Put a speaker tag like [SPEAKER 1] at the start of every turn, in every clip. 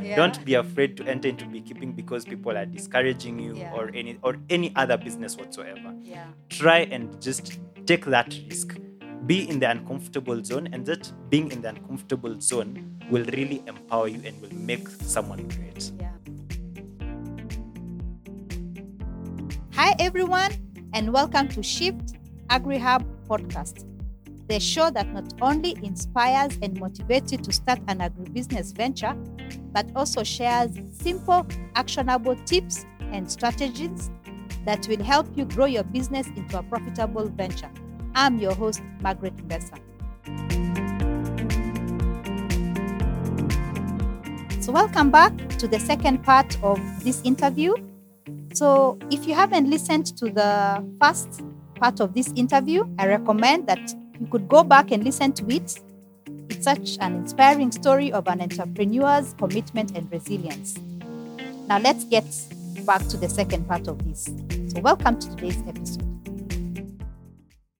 [SPEAKER 1] Yeah.
[SPEAKER 2] Don't be afraid to enter into beekeeping because people are discouraging you
[SPEAKER 1] Yeah.
[SPEAKER 2] or any or any other business whatsoever.
[SPEAKER 1] Yeah.
[SPEAKER 2] Try and just take that risk. Be in the uncomfortable zone, and that being in the uncomfortable zone will really empower you and will make someone great.
[SPEAKER 1] Yeah. Hi, everyone, and welcome to Shift AgriHub podcast, the show that not only inspires and motivates you to start an agribusiness venture, but also shares simple, actionable tips and strategies that will help you grow your business into a profitable venture. I'm your host, Margaret Besser. So, welcome back to the second part of this interview. So, if you haven't listened to the first part of this interview, I recommend that you could go back and listen to it. It's such an inspiring story of an entrepreneur's commitment and resilience. Now, let's get back to the second part of this. So, welcome to today's episode.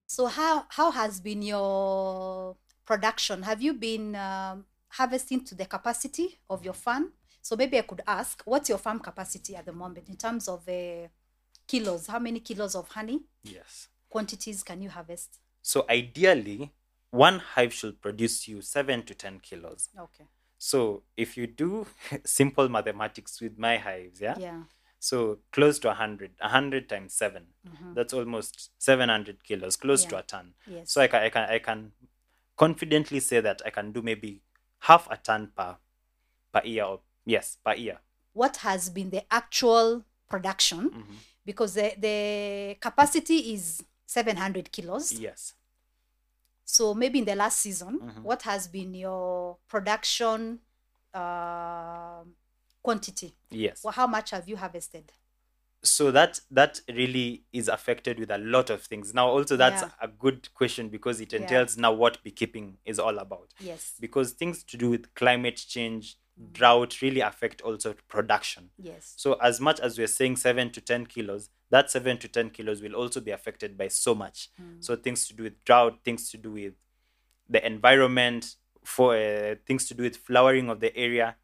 [SPEAKER 1] So, how, how has been your production? Have you been um, harvesting to the capacity of your farm? So maybe I could ask, what's your farm capacity at the moment in terms of uh, kilos? How many kilos of honey
[SPEAKER 2] Yes.
[SPEAKER 1] quantities can you harvest?
[SPEAKER 2] So ideally, one hive should produce you seven to ten kilos.
[SPEAKER 1] Okay.
[SPEAKER 2] So if you do simple mathematics with my hives, yeah,
[SPEAKER 1] Yeah.
[SPEAKER 2] so close to a hundred, a hundred times 7
[SPEAKER 1] Mhm.
[SPEAKER 2] that's almost seven hundred kilos, close to
[SPEAKER 1] Yeah.
[SPEAKER 2] a ton.
[SPEAKER 1] Yes.
[SPEAKER 2] So I can, I can, I can confidently say that I can do maybe half a ton per per year. Or, yes, per year.
[SPEAKER 1] what has been the actual production?
[SPEAKER 2] Mhm.
[SPEAKER 1] Because the, the capacity is 700 kilos.
[SPEAKER 2] Yes.
[SPEAKER 1] So maybe in the last season,
[SPEAKER 2] Mhm.
[SPEAKER 1] what has been your production uh, quantity?
[SPEAKER 2] Yes.
[SPEAKER 1] Well, how much have you harvested?
[SPEAKER 2] so that that really is affected with a lot of things now also that's
[SPEAKER 1] Yeah.
[SPEAKER 2] a good question because it
[SPEAKER 1] Yeah.
[SPEAKER 2] entails now what beekeeping is all about
[SPEAKER 1] Yes.
[SPEAKER 2] because things to do with climate change
[SPEAKER 1] Mm.
[SPEAKER 2] drought really affect also production
[SPEAKER 1] Yes.
[SPEAKER 2] so as much as we're saying 7 to 10 kilos that 7 to 10 kilos will also be affected by so much so things to do with drought things to do with the environment for uh, things to do with flowering of the area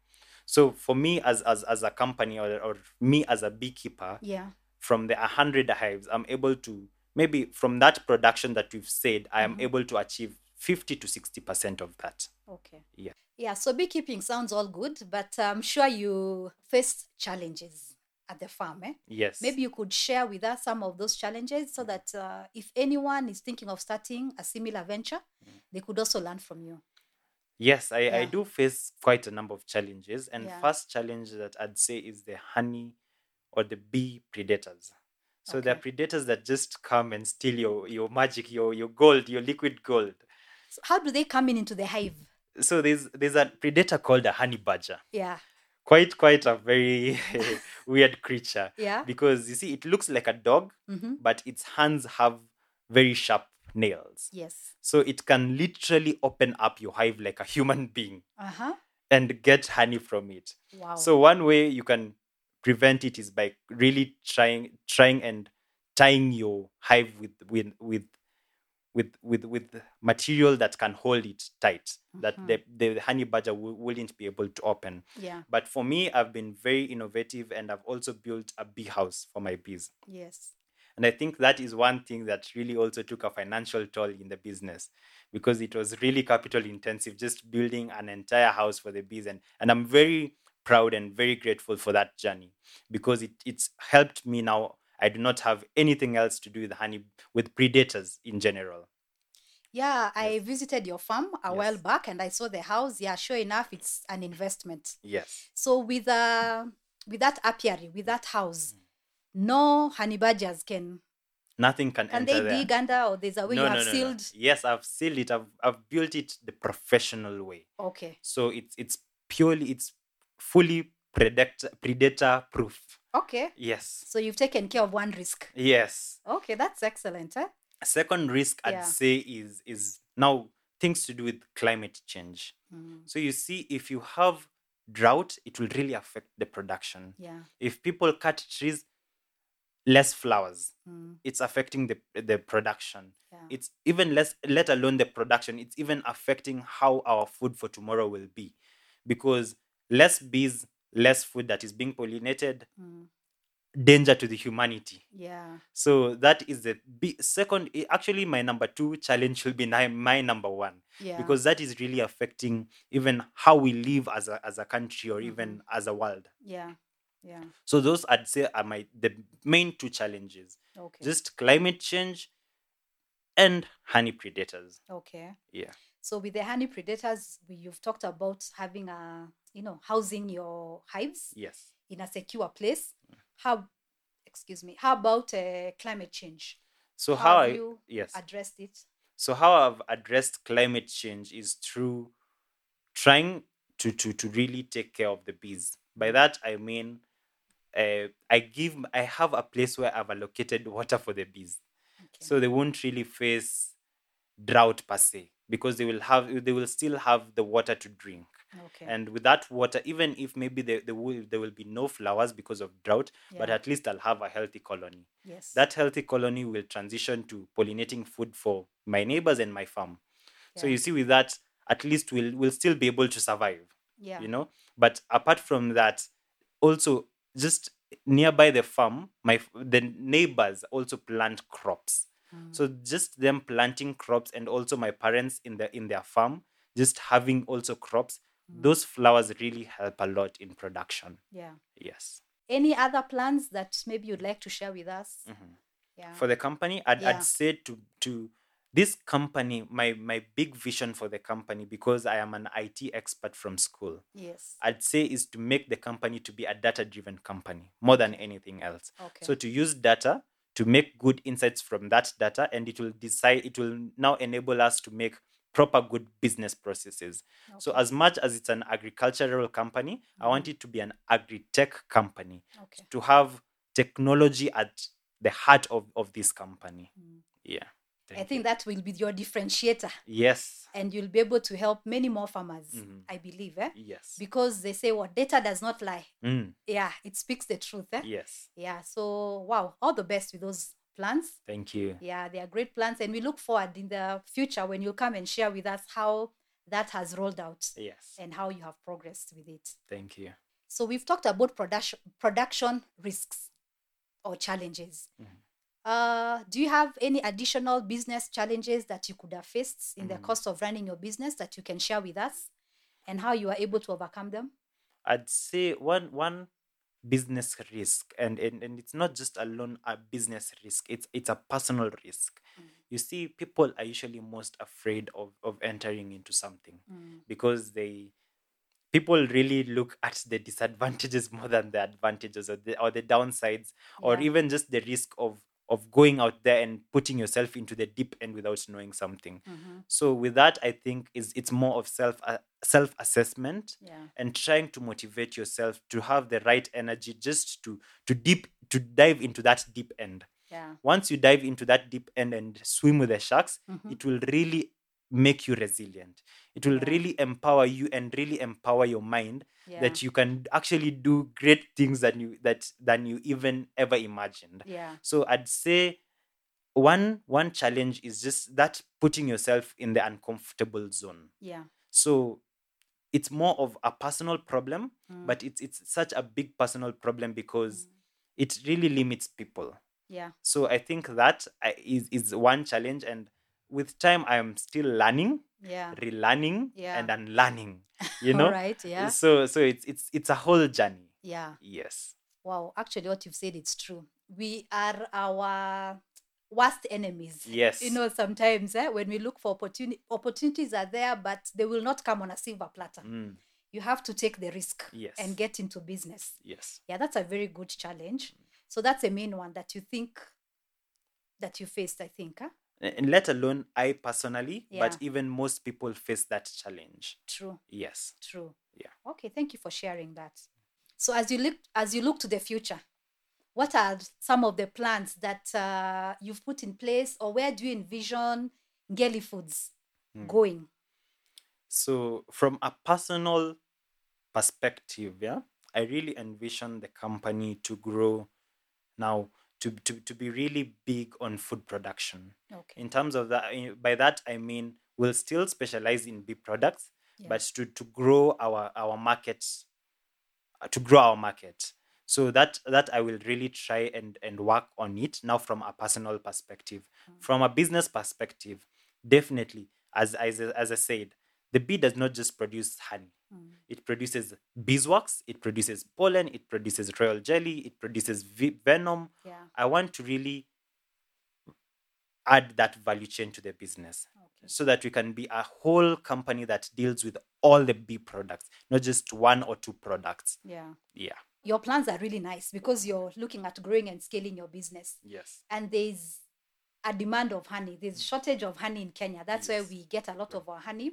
[SPEAKER 2] so for me as as, as a company or, or me as a beekeeper
[SPEAKER 1] Yeah.
[SPEAKER 2] from the 100 hives, I'm able to, maybe from that production that we've said, I am
[SPEAKER 1] Mhm.
[SPEAKER 2] able to achieve 50 to 60% of that.
[SPEAKER 1] Okay.
[SPEAKER 2] Yeah.
[SPEAKER 1] Yeah. So beekeeping sounds all good, but I'm sure you faced challenges at the farm. Eh?
[SPEAKER 2] Yes. Mm-hmm.
[SPEAKER 1] Maybe you could share with us some of those challenges so that uh, if anyone is thinking of starting a similar venture,
[SPEAKER 2] Mm-hmm.
[SPEAKER 1] they could also learn from you.
[SPEAKER 2] Yes, I, I
[SPEAKER 1] Yeah.
[SPEAKER 2] do face quite a number of challenges. And
[SPEAKER 1] Yeah.
[SPEAKER 2] first challenge that I'd say is the honey or the bee predators. So they're
[SPEAKER 1] Okay.
[SPEAKER 2] predators that just come and steal your, your magic, your, your gold, your liquid gold.
[SPEAKER 1] So how do they come in into the hive?
[SPEAKER 2] So there's there's a predator called a honey badger.
[SPEAKER 1] Yeah.
[SPEAKER 2] Quite quite a very weird creature.
[SPEAKER 1] Yeah.
[SPEAKER 2] Because you see, it looks like a dog,
[SPEAKER 1] Mm-hmm.
[SPEAKER 2] but its hands have very sharp nails.
[SPEAKER 1] Yes.
[SPEAKER 2] So it can literally open up your hive like a human being
[SPEAKER 1] Uh huh.
[SPEAKER 2] and get honey from it.
[SPEAKER 1] Wow.
[SPEAKER 2] So one way you can prevent it is by really trying trying and tying your hive with with with with with, with material that can hold it tight that
[SPEAKER 1] Mhm.
[SPEAKER 2] the, the honey badger w- wouldn't be able to open
[SPEAKER 1] yeah.
[SPEAKER 2] but for me i've been very innovative and i've also built a bee house for my bees
[SPEAKER 1] Yes.
[SPEAKER 2] and I think that is one thing that really also took a financial toll in the business because it was really capital intensive just building an entire house for the bees. And, and I'm very proud and very grateful for that journey because it, it's helped me now. I do not have anything else to do with honey, with predators in general.
[SPEAKER 1] Yeah, I visited your farm a
[SPEAKER 2] Yes.
[SPEAKER 1] while back and I saw the house. Yeah, sure enough, it's an investment.
[SPEAKER 2] Yes.
[SPEAKER 1] So with uh, with that apiary, with that
[SPEAKER 2] Mm.
[SPEAKER 1] house, no honey badgers can
[SPEAKER 2] Nothing can,
[SPEAKER 1] can
[SPEAKER 2] enter
[SPEAKER 1] they
[SPEAKER 2] there.
[SPEAKER 1] dig under or there's a way you have sealed.
[SPEAKER 2] Yes, I've sealed it. I've, I've built it the professional way.
[SPEAKER 1] Okay,
[SPEAKER 2] So it's it's purely it's fully predator predator proof.
[SPEAKER 1] okay.
[SPEAKER 2] Yes.
[SPEAKER 1] So you've taken care of one risk.
[SPEAKER 2] Yes.
[SPEAKER 1] Okay, that's excellent. Eh?
[SPEAKER 2] Second risk I'd
[SPEAKER 1] Yeah.
[SPEAKER 2] say is is now things to do with climate change.
[SPEAKER 1] Mm,
[SPEAKER 2] So you see if you have drought it will really affect the production.
[SPEAKER 1] yeah.
[SPEAKER 2] If people cut trees less flowers
[SPEAKER 1] mm,
[SPEAKER 2] it's affecting the the production.
[SPEAKER 1] yeah.
[SPEAKER 2] It's even less let alone the production it's even affecting how our food for tomorrow will be because less bees less food that is being pollinated,
[SPEAKER 1] Mm.
[SPEAKER 2] danger to the humanity.
[SPEAKER 1] Yeah.
[SPEAKER 2] So that is the bi- second. i- Actually, my number two challenge will be ni- my number one
[SPEAKER 1] Yeah.
[SPEAKER 2] because that is really affecting even how we live as a as a country or even
[SPEAKER 1] Mm-hmm.
[SPEAKER 2] as a world.
[SPEAKER 1] yeah. Yeah.
[SPEAKER 2] So those I'd say are my the main two challenges:
[SPEAKER 1] Okay.
[SPEAKER 2] just climate change and honey predators.
[SPEAKER 1] okay.
[SPEAKER 2] Yeah.
[SPEAKER 1] So with the honey predators, we- you've talked about having a you know housing your hives
[SPEAKER 2] Yes.
[SPEAKER 1] in a secure place. How, excuse me, how about uh, climate change?
[SPEAKER 2] So
[SPEAKER 1] How
[SPEAKER 2] how,
[SPEAKER 1] have
[SPEAKER 2] I
[SPEAKER 1] you
[SPEAKER 2] yes.
[SPEAKER 1] Addressed it.
[SPEAKER 2] so how I've addressed climate change is through trying to to to really take care of the bees. By that I mean uh, I give I have a place where I've allocated water for the bees,
[SPEAKER 1] Okay.
[SPEAKER 2] so they won't really face drought per se because they will have they will still have the water to drink.
[SPEAKER 1] okay.
[SPEAKER 2] And with that water, even if maybe there, there will there will be no flowers because of drought, but
[SPEAKER 1] Yeah.
[SPEAKER 2] at least I'll have a healthy colony
[SPEAKER 1] yes.
[SPEAKER 2] that healthy colony will transition to pollinating food for my neighbors and my farm. So
[SPEAKER 1] Yeah.
[SPEAKER 2] you see, with that, at least we'll we'll still be able to survive,
[SPEAKER 1] yeah.
[SPEAKER 2] you know. But apart from that, also just nearby the farm, my f- the neighbors also plant crops.
[SPEAKER 1] Mm.
[SPEAKER 2] So just them planting crops and also my parents in the in their farm, just having also crops,
[SPEAKER 1] Mm.
[SPEAKER 2] those flowers really help a lot in production.
[SPEAKER 1] yeah.
[SPEAKER 2] Yes.
[SPEAKER 1] Any other plans that maybe you'd like to share with us?
[SPEAKER 2] Mhm.
[SPEAKER 1] Yeah.
[SPEAKER 2] for the company I'd,
[SPEAKER 1] Yeah.
[SPEAKER 2] I'd say to to this company my my big vision for the company because i am an it expert from school
[SPEAKER 1] yes.
[SPEAKER 2] i'd say is to make the company to be a data driven company more than anything else
[SPEAKER 1] Okay.
[SPEAKER 2] so to use data to make good insights from that data and it will decide it will now enable us to make proper good business processes so
[SPEAKER 1] Okay. Mm-hmm.
[SPEAKER 2] as much as it's an agricultural company i want it to be an agri-tech company
[SPEAKER 1] okay.
[SPEAKER 2] to have technology at the heart of, of this company.
[SPEAKER 1] Mm.
[SPEAKER 2] Yeah.
[SPEAKER 1] I think that will be your differentiator,
[SPEAKER 2] Yes.
[SPEAKER 1] and you'll be able to help many more farmers.
[SPEAKER 2] Mhm.
[SPEAKER 1] I believe, eh?
[SPEAKER 2] Yes.
[SPEAKER 1] Because they say what data does not lie.
[SPEAKER 2] Mm.
[SPEAKER 1] Yeah, it speaks the truth. Eh?
[SPEAKER 2] Yes.
[SPEAKER 1] Yeah. So wow, all the best with those plans.
[SPEAKER 2] Thank you.
[SPEAKER 1] Yeah, they are great plans, and we look forward in the future when you come and share with us how that has rolled out
[SPEAKER 2] Yes.
[SPEAKER 1] and how you have progressed with it.
[SPEAKER 2] Thank you.
[SPEAKER 1] So we've talked about production production risks or challenges.
[SPEAKER 2] Mhm.
[SPEAKER 1] Uh, do you have any additional business challenges that you could have faced in the
[SPEAKER 2] Mhm.
[SPEAKER 1] course of running your business that you can share with us, and how you are able to overcome them?
[SPEAKER 2] I'd say one one business risk and, and and it's not just alone a business risk it's it's a personal risk
[SPEAKER 1] Mm.
[SPEAKER 2] you see people are usually most afraid of of entering into something
[SPEAKER 1] Mm,
[SPEAKER 2] because they people really look at the disadvantages more than the advantages or the, or the downsides or
[SPEAKER 1] Yeah.
[SPEAKER 2] even just the risk of of going out there and putting yourself into the deep end without knowing something
[SPEAKER 1] Mhm.
[SPEAKER 2] so with that i think is it's more of self uh, self assessment
[SPEAKER 1] Yeah.
[SPEAKER 2] and trying to motivate yourself to have the right energy just to to deep to dive into that deep end
[SPEAKER 1] Yeah.
[SPEAKER 2] once you dive into that deep end and swim with the sharks
[SPEAKER 1] Mhm.
[SPEAKER 2] it will really make you resilient it will
[SPEAKER 1] Yeah.
[SPEAKER 2] really empower you and really empower your mind
[SPEAKER 1] Yeah.
[SPEAKER 2] that you can actually do great things than you that than you even ever imagined
[SPEAKER 1] yeah.
[SPEAKER 2] so i'd say one one challenge is just that putting yourself in the uncomfortable zone
[SPEAKER 1] Yeah.
[SPEAKER 2] so it's more of a personal problem
[SPEAKER 1] Mm.
[SPEAKER 2] but it's it's such a big personal problem because
[SPEAKER 1] Mm.
[SPEAKER 2] it really limits people
[SPEAKER 1] yeah.
[SPEAKER 2] so i think that I- is is one challenge and with time i am still learning
[SPEAKER 1] Yeah.
[SPEAKER 2] relearning
[SPEAKER 1] Yeah.
[SPEAKER 2] and unlearning you know
[SPEAKER 1] All right. Yeah.
[SPEAKER 2] so so it's it's it's a whole journey
[SPEAKER 1] Yeah.
[SPEAKER 2] yes
[SPEAKER 1] Wow, actually, what you've said it's true. We are our worst enemies.
[SPEAKER 2] yes
[SPEAKER 1] You know, sometimes eh, when we look for opportunity, opportunities are there, but they will not come on a silver platter.
[SPEAKER 2] Mm,
[SPEAKER 1] You have to take the risk
[SPEAKER 2] Yes.
[SPEAKER 1] and get into business.
[SPEAKER 2] yes
[SPEAKER 1] Yeah, that's a very good challenge. So that's a main one that you think that you faced. I think, huh?
[SPEAKER 2] A- and let alone i personally
[SPEAKER 1] Yeah.
[SPEAKER 2] but even most people face that challenge
[SPEAKER 1] True,
[SPEAKER 2] yes
[SPEAKER 1] true.
[SPEAKER 2] Yeah.
[SPEAKER 1] Okay, thank you for sharing that. So as you look as you look to the future, what are some of the plans that uh, you've put in place or where do you envision Geli Foods
[SPEAKER 2] Mm.
[SPEAKER 1] going?
[SPEAKER 2] so from a personal perspective yeah i really envision the company to grow now to, to, to be really big on food production
[SPEAKER 1] Okay.
[SPEAKER 2] in terms of that I- by that i mean we'll still specialize in bee products
[SPEAKER 1] Yeah.
[SPEAKER 2] but to, to grow our our market uh, to grow our market. So that that I will really try and and work on it now from a personal perspective, from a business perspective. Definitely, as as as I said, the bee does not just produce honey.
[SPEAKER 1] Hmm,
[SPEAKER 2] It produces beeswax, it produces pollen, it produces royal jelly, it produces ve- venom.
[SPEAKER 1] Yeah.
[SPEAKER 2] I want to really add that value chain to the business
[SPEAKER 1] Okay.
[SPEAKER 2] so that we can be a whole company that deals with all the bee products, not just one or two products.
[SPEAKER 1] Yeah.
[SPEAKER 2] Yeah.
[SPEAKER 1] Your plans are really nice because you're looking at growing and scaling your business.
[SPEAKER 2] Yes.
[SPEAKER 1] and there's a demand of honey. There's shortage of honey in Kenya. That's where
[SPEAKER 2] Hmm. Yes.
[SPEAKER 1] we
[SPEAKER 2] Hmm.
[SPEAKER 1] get a lot of our honey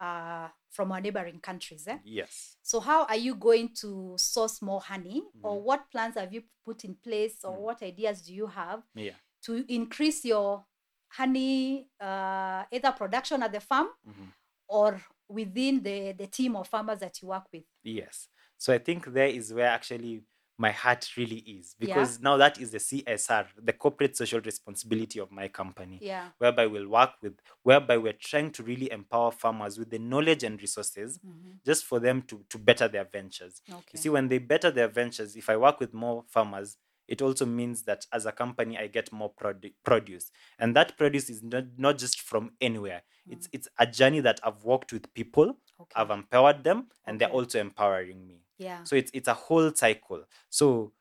[SPEAKER 1] uh, from our neighboring countries. Eh?
[SPEAKER 2] Yes.
[SPEAKER 1] So how are you going to source more honey, or
[SPEAKER 2] Mhm.
[SPEAKER 1] what plans have you put in place, or
[SPEAKER 2] Mm.
[SPEAKER 1] what ideas do you have
[SPEAKER 2] Yeah.
[SPEAKER 1] to increase your honey uh, either production at the farm
[SPEAKER 2] Mhm.
[SPEAKER 1] or within the, the team of farmers that you work with?
[SPEAKER 2] Mm. Yes. So I think there is where actually my heart really is
[SPEAKER 1] Yeah.
[SPEAKER 2] because now that is the CSR, the corporate social responsibility of my company.
[SPEAKER 1] Yeah.
[SPEAKER 2] whereby we'll work with, whereby we're trying to really empower farmers with the knowledge and resources
[SPEAKER 1] Mhm.
[SPEAKER 2] just for them to, to better their ventures.
[SPEAKER 1] Okay.
[SPEAKER 2] You see, when they better their ventures, if I work with more farmers, it also means that as a company, I get more produ- produce. And that produce is not, not just from anywhere. It's, it's a journey that I've walked with people,
[SPEAKER 1] Hmm. okay.
[SPEAKER 2] I've empowered them, and they're
[SPEAKER 1] Okay. Ah.
[SPEAKER 2] also empowering me.
[SPEAKER 1] yeah.
[SPEAKER 2] So it's it's a whole cycle. So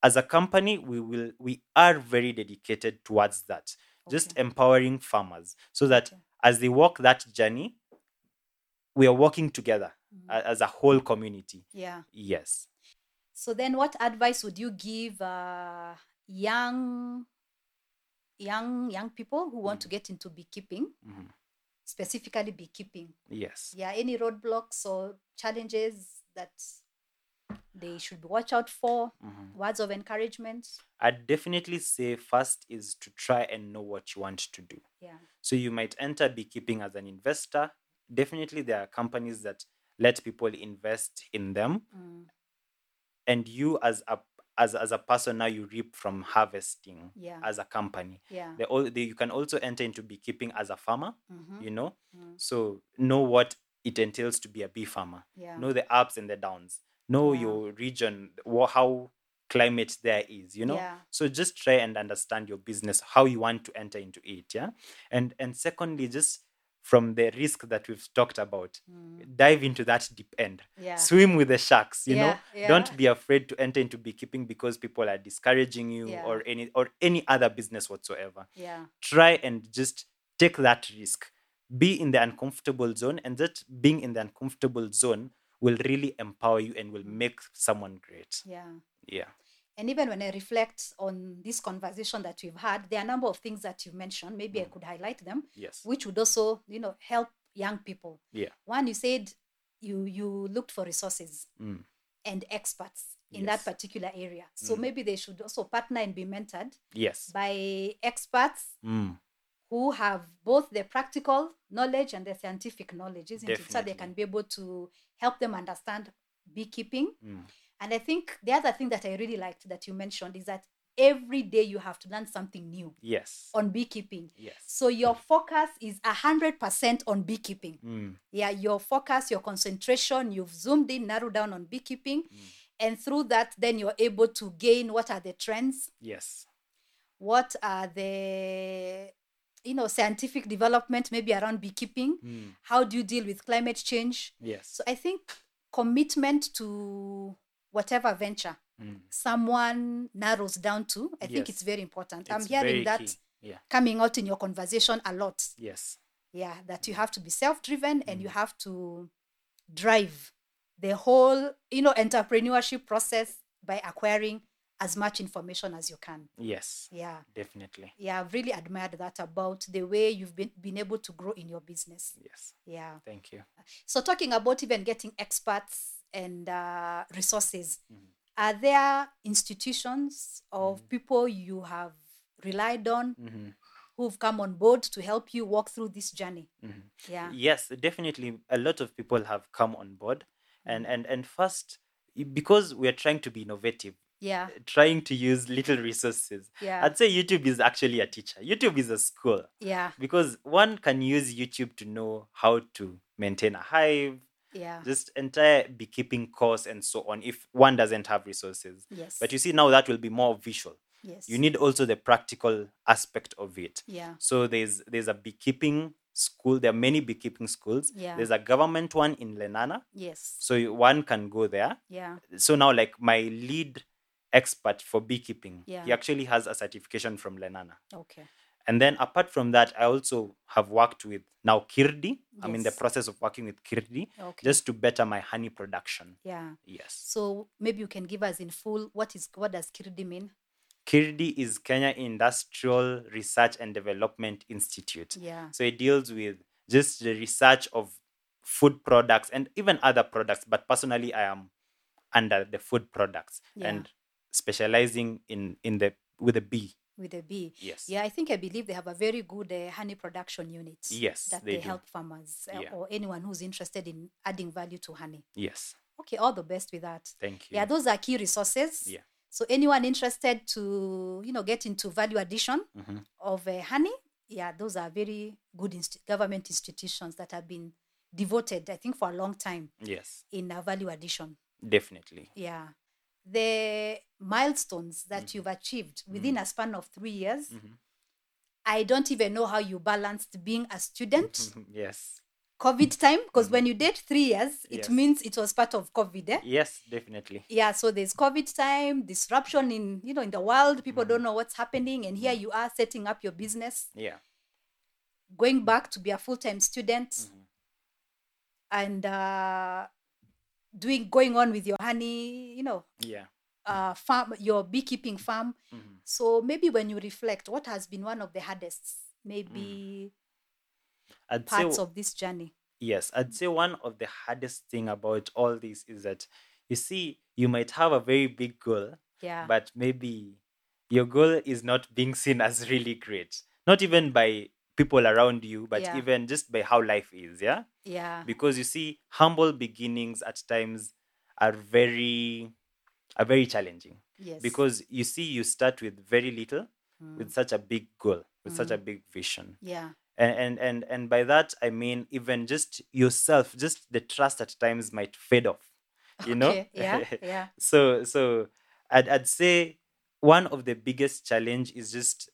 [SPEAKER 2] as a company, we will we are very dedicated towards that. Just
[SPEAKER 1] Okay.
[SPEAKER 2] empowering farmers so that
[SPEAKER 1] Okay.
[SPEAKER 2] as they walk that journey, we are working together
[SPEAKER 1] Mhm.
[SPEAKER 2] a- as a whole community.
[SPEAKER 1] yeah.
[SPEAKER 2] Yes.
[SPEAKER 1] So then, what advice would you give uh, young, young, young people who
[SPEAKER 2] Mm.
[SPEAKER 1] want to get into beekeeping,
[SPEAKER 2] Mhm.
[SPEAKER 1] specifically beekeeping?
[SPEAKER 2] Yes.
[SPEAKER 1] Yeah, any roadblocks or challenges that they should watch out for?
[SPEAKER 2] Mhm.
[SPEAKER 1] Words of encouragement.
[SPEAKER 2] I'd definitely say first is to try and know what you want to do.
[SPEAKER 1] Yeah.
[SPEAKER 2] So you might enter beekeeping as an investor. Definitely there are companies that let people invest in them.
[SPEAKER 1] Mm,
[SPEAKER 2] and you as a as, as a person now you reap from harvesting
[SPEAKER 1] yeah.
[SPEAKER 2] as a company
[SPEAKER 1] Yeah.
[SPEAKER 2] they all they, you can also enter into beekeeping as a farmer
[SPEAKER 1] hmm
[SPEAKER 2] you know
[SPEAKER 1] Mm.
[SPEAKER 2] so know what it entails to be a bee farmer
[SPEAKER 1] Yeah.
[SPEAKER 2] know the ups and the downs know
[SPEAKER 1] Yeah.
[SPEAKER 2] your region wha- how climate there is you know
[SPEAKER 1] Yeah.
[SPEAKER 2] so just try and understand your business how you want to enter into it yeah and and secondly just from the risk that we've talked about
[SPEAKER 1] Mm,
[SPEAKER 2] dive into that deep end
[SPEAKER 1] yeah.
[SPEAKER 2] swim with the sharks you know
[SPEAKER 1] Yeah, yeah.
[SPEAKER 2] don't be afraid to enter into beekeeping because people are discouraging you
[SPEAKER 1] Yeah.
[SPEAKER 2] or any or any other business whatsoever
[SPEAKER 1] Yeah.
[SPEAKER 2] try and just take that risk be in the uncomfortable zone and that being in the uncomfortable zone will really empower you and will make someone great
[SPEAKER 1] Yeah.
[SPEAKER 2] yeah
[SPEAKER 1] And even when I reflect on this conversation that we've had, there are a number of things that you mentioned. Maybe I
[SPEAKER 2] Mm.
[SPEAKER 1] could highlight them.
[SPEAKER 2] yes
[SPEAKER 1] which would also you know help young people
[SPEAKER 2] Yeah.
[SPEAKER 1] one you said you you looked for resources
[SPEAKER 2] Mm.
[SPEAKER 1] and experts in that
[SPEAKER 2] Yes.
[SPEAKER 1] particular area so
[SPEAKER 2] Mm.
[SPEAKER 1] maybe they should also partner and be mentored
[SPEAKER 2] yes
[SPEAKER 1] by experts
[SPEAKER 2] Mm.
[SPEAKER 1] who have both the practical knowledge and the scientific knowledge isn't it? so they
[SPEAKER 2] Definitely.
[SPEAKER 1] can be able to help them understand beekeeping
[SPEAKER 2] Mm.
[SPEAKER 1] and i think the other thing that i really liked that you mentioned is that every day you have to learn something new
[SPEAKER 2] yes
[SPEAKER 1] on beekeeping
[SPEAKER 2] yes
[SPEAKER 1] so your focus is 100% on beekeeping
[SPEAKER 2] Mm.
[SPEAKER 1] yeah your focus your concentration you've zoomed in narrowed down on beekeeping
[SPEAKER 2] Mm.
[SPEAKER 1] and through that then you're able to gain what are the trends
[SPEAKER 2] yes
[SPEAKER 1] what are the you know scientific development maybe around beekeeping
[SPEAKER 2] Mm.
[SPEAKER 1] how do you deal with climate change
[SPEAKER 2] yes
[SPEAKER 1] so i think commitment to whatever venture
[SPEAKER 2] Mm.
[SPEAKER 1] someone narrows down to i think
[SPEAKER 2] Yes.
[SPEAKER 1] it's very important i'm
[SPEAKER 2] It's
[SPEAKER 1] hearing
[SPEAKER 2] very
[SPEAKER 1] that
[SPEAKER 2] key. yeah
[SPEAKER 1] coming out in your conversation a lot
[SPEAKER 2] yes
[SPEAKER 1] yeah that you have to be self-driven and you have to drive the whole you know entrepreneurship process by acquiring as much information as you can
[SPEAKER 2] yes
[SPEAKER 1] yeah
[SPEAKER 2] definitely
[SPEAKER 1] yeah i've really admired that about the way you've been, been able to grow in your business
[SPEAKER 2] yes
[SPEAKER 1] yeah
[SPEAKER 2] thank you
[SPEAKER 1] so talking about even getting experts and uh, resources
[SPEAKER 2] Mhm.
[SPEAKER 1] are there institutions of
[SPEAKER 2] Mhm.
[SPEAKER 1] people you have relied on
[SPEAKER 2] Mhm.
[SPEAKER 1] who've come on board to help you walk through this journey
[SPEAKER 2] Mhm.
[SPEAKER 1] yeah
[SPEAKER 2] yes definitely a lot of people have come on board
[SPEAKER 1] Mm-hmm.
[SPEAKER 2] and and and first i- because we're trying to be innovative
[SPEAKER 1] yeah
[SPEAKER 2] trying to use little resources
[SPEAKER 1] yeah
[SPEAKER 2] i'd say youtube is actually a teacher youtube is a school
[SPEAKER 1] yeah
[SPEAKER 2] because one can use youtube to know how to maintain a hive
[SPEAKER 1] Yeah.
[SPEAKER 2] just entire beekeeping course and so on if one doesn't have resources
[SPEAKER 1] Yes.
[SPEAKER 2] but you see now that will be more visual
[SPEAKER 1] yes.
[SPEAKER 2] you need also the practical aspect of it
[SPEAKER 1] Yeah.
[SPEAKER 2] so there's there's a beekeeping school there are many beekeeping schools
[SPEAKER 1] Yeah.
[SPEAKER 2] there's a government one in lenana
[SPEAKER 1] Yes.
[SPEAKER 2] so you, one can go there
[SPEAKER 1] Yeah.
[SPEAKER 2] so now like my lead expert for beekeeping
[SPEAKER 1] Yeah.
[SPEAKER 2] he actually has a certification from lenana
[SPEAKER 1] Okay.
[SPEAKER 2] and then apart from that i also have worked with now kirdi i'm in the
[SPEAKER 1] Yes.
[SPEAKER 2] process of working with kirdi
[SPEAKER 1] Okay.
[SPEAKER 2] just to better my honey production
[SPEAKER 1] yeah.
[SPEAKER 2] yes
[SPEAKER 1] So maybe you can give us in full what is what does Kirdi mean?
[SPEAKER 2] kirdi is kenya industrial research and development institute
[SPEAKER 1] Yeah.
[SPEAKER 2] So it deals with just the research of food products and even other products. But personally, I am under the food products
[SPEAKER 1] Yeah.
[SPEAKER 2] and specializing in in the with a B.
[SPEAKER 1] With a B.
[SPEAKER 2] Yes.
[SPEAKER 1] Yeah, I think I believe they have a very good uh, honey production unit.
[SPEAKER 2] Yes,
[SPEAKER 1] that
[SPEAKER 2] they
[SPEAKER 1] they,
[SPEAKER 2] do.
[SPEAKER 1] help farmers uh,
[SPEAKER 2] Yeah.
[SPEAKER 1] or anyone who's interested in adding value to honey.
[SPEAKER 2] Yes.
[SPEAKER 1] Okay, all the best with that.
[SPEAKER 2] Thank you.
[SPEAKER 1] Yeah, those are key resources.
[SPEAKER 2] Yeah.
[SPEAKER 1] So anyone interested to you know get into value addition
[SPEAKER 2] Mhm.
[SPEAKER 1] of uh, honey, yeah, those are very good inst- government institutions that have been devoted, I think, for a long time
[SPEAKER 2] Yes.
[SPEAKER 1] in uh, value addition.
[SPEAKER 2] Definitely.
[SPEAKER 1] Yeah. The milestones that you've achieved within a span of three years,
[SPEAKER 2] Mhm.
[SPEAKER 1] I don't even know how you balanced being a student,
[SPEAKER 2] Mm-hmm. yes.
[SPEAKER 1] COVID time, because when you did three years,
[SPEAKER 2] Yes.
[SPEAKER 1] it means it was part of COVID. Eh?
[SPEAKER 2] Yes. Definitely.
[SPEAKER 1] Yeah, so there's COVID time, disruption in you know in the world, people don't know what's happening, and here you are setting up your business,
[SPEAKER 2] Yeah.
[SPEAKER 1] going back to be a full-time student,
[SPEAKER 2] Mm-hmm.
[SPEAKER 1] and uh, doing going on with your honey, you know,
[SPEAKER 2] Yeah.
[SPEAKER 1] uh, farm, your beekeeping farm.
[SPEAKER 2] Mhm.
[SPEAKER 1] So maybe when you reflect, what has been one of the hardest, maybe
[SPEAKER 2] I'd say
[SPEAKER 1] parts of this journey?
[SPEAKER 2] Yes, I'd say one of the hardest thing about all this is that you see, you might have a very big goal,
[SPEAKER 1] Yeah.
[SPEAKER 2] but maybe your goal is not being seen as really great. Not even by people around you, but
[SPEAKER 1] Yeah. Uh-huh.
[SPEAKER 2] even just by how life is, yeah?
[SPEAKER 1] yeah.
[SPEAKER 2] Because you see, humble beginnings at times are very are very challenging.
[SPEAKER 1] Yes. Mm.
[SPEAKER 2] Because you see, you start with very little, with such a big goal, with such a big vision
[SPEAKER 1] yeah.
[SPEAKER 2] and and and and by that i mean even just yourself just the trust at times might fade off you know
[SPEAKER 1] Okay. Yeah. Yeah.
[SPEAKER 2] so so I'd, I'd say one of the biggest challenge is just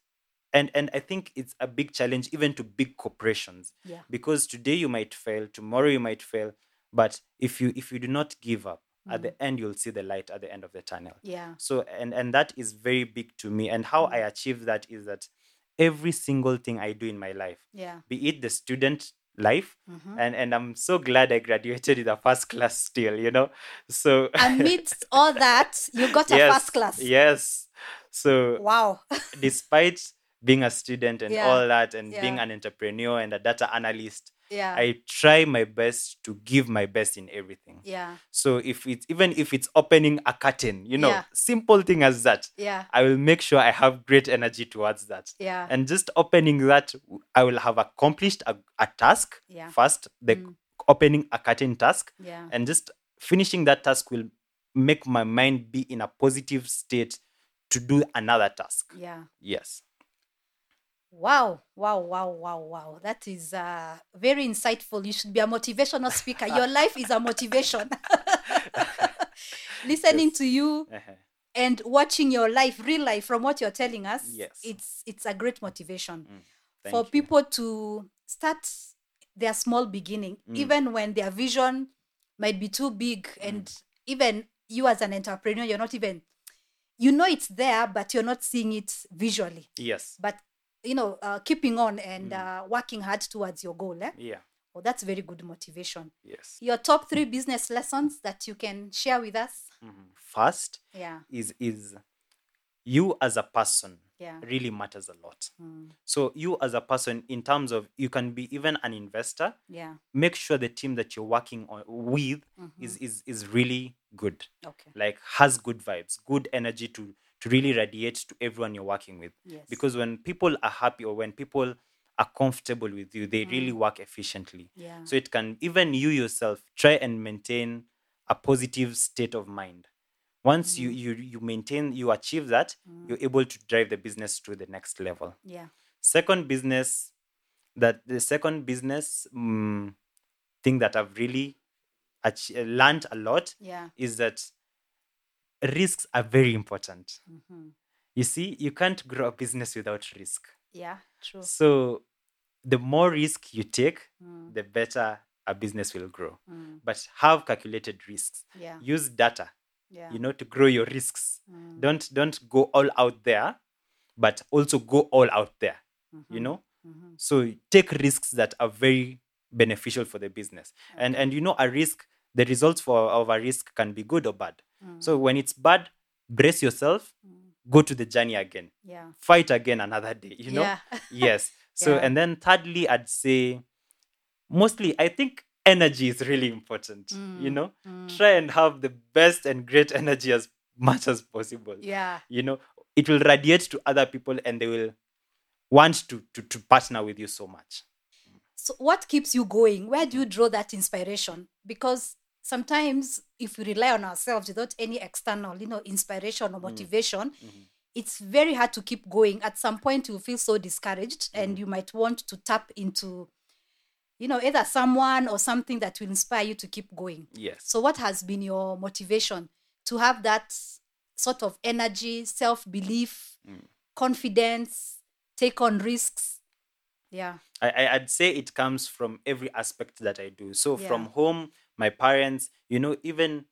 [SPEAKER 2] and and i think it's a big challenge even to big corporations
[SPEAKER 1] Yeah.
[SPEAKER 2] because today you might fail tomorrow you might fail but if you if you do not give up at
[SPEAKER 1] Mm.
[SPEAKER 2] the end you'll see the light at the end of the tunnel
[SPEAKER 1] Yeah.
[SPEAKER 2] so and and that is very big to me and
[SPEAKER 1] Mm.
[SPEAKER 2] how i achieve that is that every single thing i do in my life
[SPEAKER 1] Yeah.
[SPEAKER 2] be it the student life
[SPEAKER 1] Mm-hmm.
[SPEAKER 2] and and i'm so glad i graduated with a first class still you know so
[SPEAKER 1] Amidst all that, you got a first class.
[SPEAKER 2] yes so
[SPEAKER 1] Wow.
[SPEAKER 2] despite being a student and
[SPEAKER 1] Yeah.
[SPEAKER 2] all that and being
[SPEAKER 1] Yeah.
[SPEAKER 2] an entrepreneur and a data analyst
[SPEAKER 1] yeah.
[SPEAKER 2] i try my best to give my best in everything
[SPEAKER 1] yeah.
[SPEAKER 2] so if it's even if it's opening a curtain you know
[SPEAKER 1] Yeah.
[SPEAKER 2] simple thing as that
[SPEAKER 1] Yeah.
[SPEAKER 2] i will make sure i have great energy towards that
[SPEAKER 1] Yeah.
[SPEAKER 2] and just opening that w- i will have accomplished a, a task
[SPEAKER 1] Yeah. Mm. Uh-huh.
[SPEAKER 2] first the c- opening a curtain task
[SPEAKER 1] yeah.
[SPEAKER 2] and just finishing that task will make my mind be in a positive state to do another task
[SPEAKER 1] yeah.
[SPEAKER 2] yes
[SPEAKER 1] Wow, wow, wow, wow, wow. That is uh, very insightful. You should be a motivational speaker. Your life is a motivation. Listening to you
[SPEAKER 2] Uh-huh.
[SPEAKER 1] and watching your life, real life, from what you're telling us,
[SPEAKER 2] Yes. Mm,
[SPEAKER 1] it's it's a great motivation
[SPEAKER 2] Thank
[SPEAKER 1] for
[SPEAKER 2] you.
[SPEAKER 1] people to start their small beginning,
[SPEAKER 2] Mm.
[SPEAKER 1] even when their vision might be too big, and even you as an entrepreneur, you're not even you know it's there, but you're not seeing it visually
[SPEAKER 2] yes
[SPEAKER 1] but you know uh, keeping on
[SPEAKER 2] Mm.
[SPEAKER 1] and uh, working hard towards your goal eh?
[SPEAKER 2] yeah
[SPEAKER 1] well, that's very good motivation
[SPEAKER 2] yes
[SPEAKER 1] your top three business lessons that you can share with us
[SPEAKER 2] Mhm. first
[SPEAKER 1] yeah
[SPEAKER 2] is is you as a person
[SPEAKER 1] Yeah. Mm,
[SPEAKER 2] really matters a lot so you as a person in terms of you can be even an investor
[SPEAKER 1] yeah Mm-hmm.
[SPEAKER 2] make sure the team that you're working on with
[SPEAKER 1] Hmm.
[SPEAKER 2] is, is is really good
[SPEAKER 1] okay
[SPEAKER 2] like has good vibes good energy to to really radiate to everyone you're working with
[SPEAKER 1] Yes.
[SPEAKER 2] because when people are happy or when people are comfortable with you they really work efficiently
[SPEAKER 1] Yeah.
[SPEAKER 2] so it can even you yourself try and maintain a positive state of mind once you, you you maintain you achieve that you're able to drive the business to the next level
[SPEAKER 1] yeah
[SPEAKER 2] second business that the second business mm, thing that i've really ach- learned a lot
[SPEAKER 1] Yeah.
[SPEAKER 2] is that risks are very important.
[SPEAKER 1] Mm-hmm.
[SPEAKER 2] You see, you can't grow a business without risk.
[SPEAKER 1] Yeah. True.
[SPEAKER 2] So, the more risk you take,
[SPEAKER 1] Mm,
[SPEAKER 2] the better a business will grow.
[SPEAKER 1] mm,
[SPEAKER 2] But have calculated risks.
[SPEAKER 1] yeah.
[SPEAKER 2] Use data,
[SPEAKER 1] Yeah.
[SPEAKER 2] you know, to grow your risks.
[SPEAKER 1] mm,
[SPEAKER 2] Don't don't go all out there, but also go all out there, you
[SPEAKER 1] mhm,
[SPEAKER 2] know?
[SPEAKER 1] mhm.
[SPEAKER 2] So take risks that are very beneficial for the business. And and you know, a risk, the results for of a risk can be good or bad.
[SPEAKER 1] Mm,
[SPEAKER 2] So when it's bad, brace yourself,
[SPEAKER 1] mm,
[SPEAKER 2] go to the journey again,
[SPEAKER 1] Yeah.
[SPEAKER 2] fight again another day, you know?
[SPEAKER 1] Yeah.
[SPEAKER 2] Yes. So
[SPEAKER 1] Yeah.
[SPEAKER 2] and then thirdly, I'd say mostly I think energy is really important. You
[SPEAKER 1] Mm,
[SPEAKER 2] know,
[SPEAKER 1] mm,
[SPEAKER 2] try and have the best and great energy as much as possible.
[SPEAKER 1] Yeah.
[SPEAKER 2] You know, it will radiate to other people and they will want to to, to partner with you so much.
[SPEAKER 1] So, what keeps you going? Where do you draw that inspiration? Because sometimes, if we rely on ourselves without any external, you know, inspiration
[SPEAKER 2] Mm.
[SPEAKER 1] or motivation,
[SPEAKER 2] Mhm.
[SPEAKER 1] it's very hard to keep going. At some point, you feel so discouraged,
[SPEAKER 2] Mm-hmm.
[SPEAKER 1] and you might want to tap into, you know, either someone or something that will inspire you to keep going.
[SPEAKER 2] Yes.
[SPEAKER 1] So, what has been your motivation to have that sort of energy, self belief,
[SPEAKER 2] Mm.
[SPEAKER 1] confidence, take on risks? Yeah.
[SPEAKER 2] I, I I'd say it comes from every aspect that I do. So
[SPEAKER 1] Yeah.
[SPEAKER 2] from home, my parents, you know, even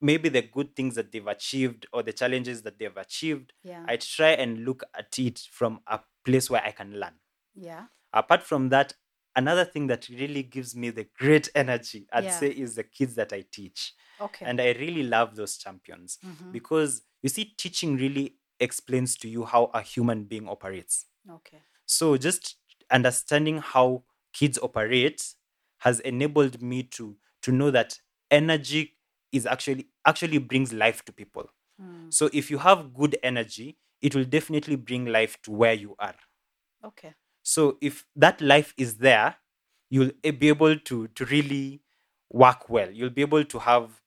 [SPEAKER 2] maybe the good things that they've achieved or the challenges that they've achieved
[SPEAKER 1] Yeah.
[SPEAKER 2] I try and look at it from a place where I can learn.
[SPEAKER 1] yeah.
[SPEAKER 2] Apart from that, another thing that really gives me the great energy, I'd
[SPEAKER 1] Yeah.
[SPEAKER 2] say, is the kids that I teach.
[SPEAKER 1] Okay.
[SPEAKER 2] And I really love those champions
[SPEAKER 1] Mhm.
[SPEAKER 2] because you see, teaching really explains to you how a human being operates.
[SPEAKER 1] Okay.
[SPEAKER 2] So just understanding how kids operate has enabled me to to know that energy is actually actually brings life to people.
[SPEAKER 1] Mm.
[SPEAKER 2] So if you have good energy, it will definitely bring life to where you are.
[SPEAKER 1] Okay.
[SPEAKER 2] So if that life is there, you'll a- be able to to really work well. You'll be able to have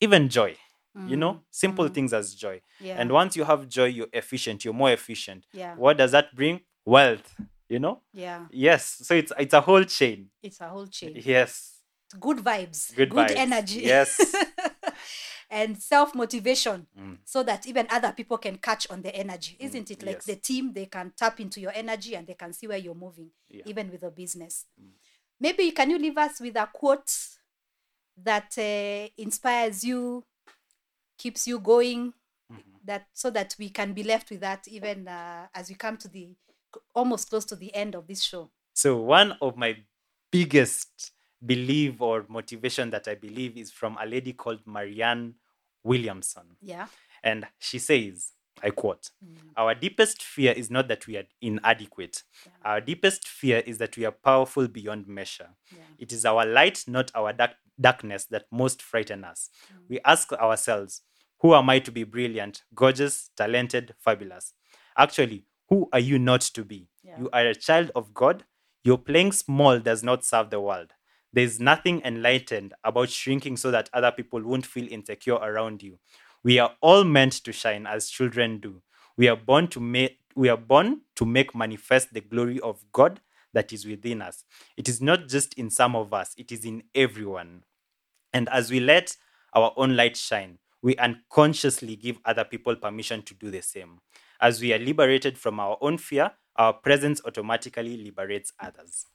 [SPEAKER 2] even joy. You know, simple things as joy.
[SPEAKER 1] Hmm. Yeah.
[SPEAKER 2] And once you have joy, you're efficient. You're more efficient.
[SPEAKER 1] yeah.
[SPEAKER 2] What does that bring? Wealth. You know.
[SPEAKER 1] Yeah.
[SPEAKER 2] Yes. So it's it's a whole chain.
[SPEAKER 1] It's a whole chain.
[SPEAKER 2] Yes.
[SPEAKER 1] Good vibes.
[SPEAKER 2] Good vibes.
[SPEAKER 1] energy.
[SPEAKER 2] Yes.
[SPEAKER 1] and self motivation.
[SPEAKER 2] Mm.
[SPEAKER 1] So that even other people can catch on the energy,
[SPEAKER 2] Mm,
[SPEAKER 1] isn't it? Like
[SPEAKER 2] yes.
[SPEAKER 1] the team, they can tap into your energy and they can see where you're moving,
[SPEAKER 2] Yeah.
[SPEAKER 1] even with the business.
[SPEAKER 2] Mm.
[SPEAKER 1] Maybe can you leave us with a quote that uh, inspires you, keeps you going,
[SPEAKER 2] Mhm.
[SPEAKER 1] that so that we can be left with that even uh, as we come to the almost close to the end of this show
[SPEAKER 2] So one of my biggest belief or motivation that I believe is from a lady called Marianne Williamson.
[SPEAKER 1] yeah
[SPEAKER 2] And she says, I quote, Our deepest fear is not that we are inadequate.
[SPEAKER 1] Yeah.
[SPEAKER 2] Our deepest fear is that we are powerful beyond measure.
[SPEAKER 1] yeah
[SPEAKER 2] It is our light, not our dark- darkness, that most frighten us. We ask ourselves, Who am I to be brilliant, gorgeous, talented, fabulous? Actually, who are you not to be?
[SPEAKER 1] Yeah.
[SPEAKER 2] You are a child of God. Your playing small does not serve the world. There is nothing enlightened about shrinking so that other people won't feel insecure around you. We are all meant to shine as children do. We are born to make we are born to make manifest the glory of God that is within us. It is not just in some of us, it is in everyone. And as we let our own light shine, we unconsciously give other people permission to do the same. As we are liberated from our own fear, our presence automatically liberates others.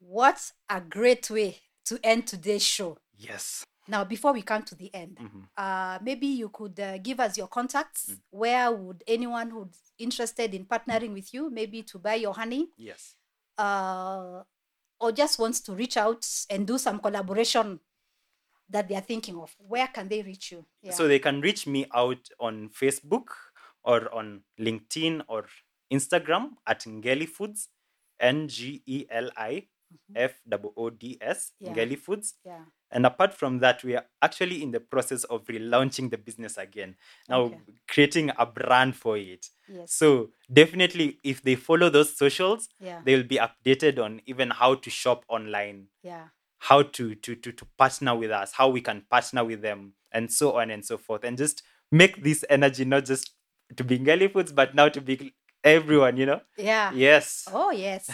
[SPEAKER 1] what a great way to end today's show
[SPEAKER 2] Yes.
[SPEAKER 1] now before we come to the end
[SPEAKER 2] Mhm.
[SPEAKER 1] uh, maybe you could uh, give us your contacts
[SPEAKER 2] Mm.
[SPEAKER 1] where would anyone who's interested in partnering with you maybe to buy your honey
[SPEAKER 2] Yes.
[SPEAKER 1] uh, or just wants to reach out and do some collaboration that they are thinking of where can they reach you yeah
[SPEAKER 2] So they can reach me out on Facebook or on LinkedIn or Instagram at Ngeli Foods, N G E L I F O O D S,
[SPEAKER 1] Yeah.
[SPEAKER 2] Ngeli Foods.
[SPEAKER 1] yeah
[SPEAKER 2] And apart from that, we are actually in the process of relaunching the business again. Now,
[SPEAKER 1] Okay.
[SPEAKER 2] creating a brand for it.
[SPEAKER 1] yes
[SPEAKER 2] So, definitely, if they follow those socials,
[SPEAKER 1] yeah
[SPEAKER 2] they will be updated on even how to shop online,
[SPEAKER 1] yeah
[SPEAKER 2] how to, to, to, to partner with us, how we can partner with them, and so on and so forth. And just make this energy not just
[SPEAKER 1] Ah.
[SPEAKER 2] to Bengali foods, but now to be everyone, you know?
[SPEAKER 1] yeah
[SPEAKER 2] Yes.
[SPEAKER 1] Oh, yes.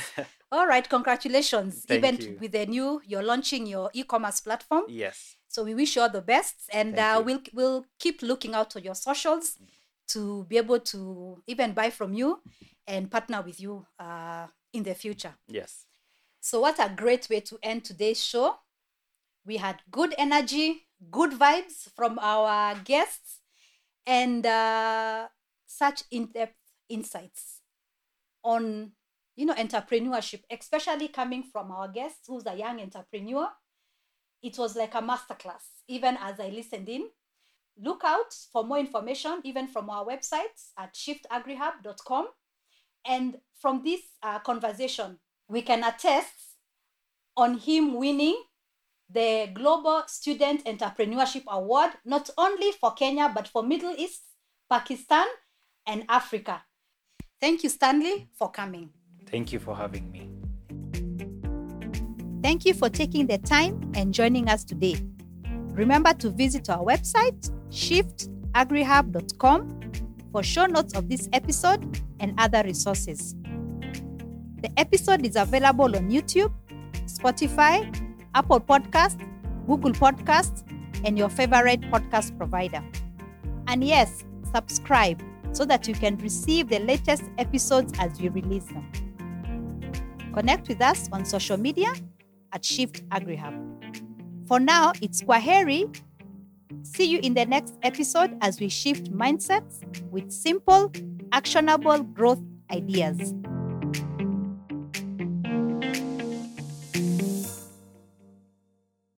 [SPEAKER 1] All right, congratulations.
[SPEAKER 2] Thank
[SPEAKER 1] Even
[SPEAKER 2] you.
[SPEAKER 1] with the new, you're launching your e-commerce platform.
[SPEAKER 2] Yes.
[SPEAKER 1] So we wish you all the best, and
[SPEAKER 2] Thank
[SPEAKER 1] uh,
[SPEAKER 2] you.
[SPEAKER 1] we'll we'll keep looking out on your socials to be able to even buy from you and partner with you uh, in the future.
[SPEAKER 2] Yes.
[SPEAKER 1] So what a great way to end today's show. We had good energy, good vibes from our guests, and uh, such in-depth insights on you know entrepreneurship, especially coming from our guest who's a young entrepreneur. It was like a masterclass, even as I listened in. Look out for more information, even from our websites at shiftagrihub.com. And from this uh, conversation, we can attest on him winning the Global Student Entrepreneurship Award, not only for Kenya, but for Middle East, Pakistan, and Africa. Thank you, Stanley, for coming.
[SPEAKER 2] Thank you for having me.
[SPEAKER 1] Thank you for taking the time and joining us today. Remember to visit our website, shiftagrihub.com, for show notes of this episode and other resources. The episode is available on YouTube, Spotify, Apple Podcast, Google Podcast, and your favorite podcast provider. And yes, subscribe so that you can receive the latest episodes as we release them. Connect with us on social media at Shift AgriHub. For now, it's Kwaheri. See you in the next episode as we shift mindsets with simple, actionable growth ideas.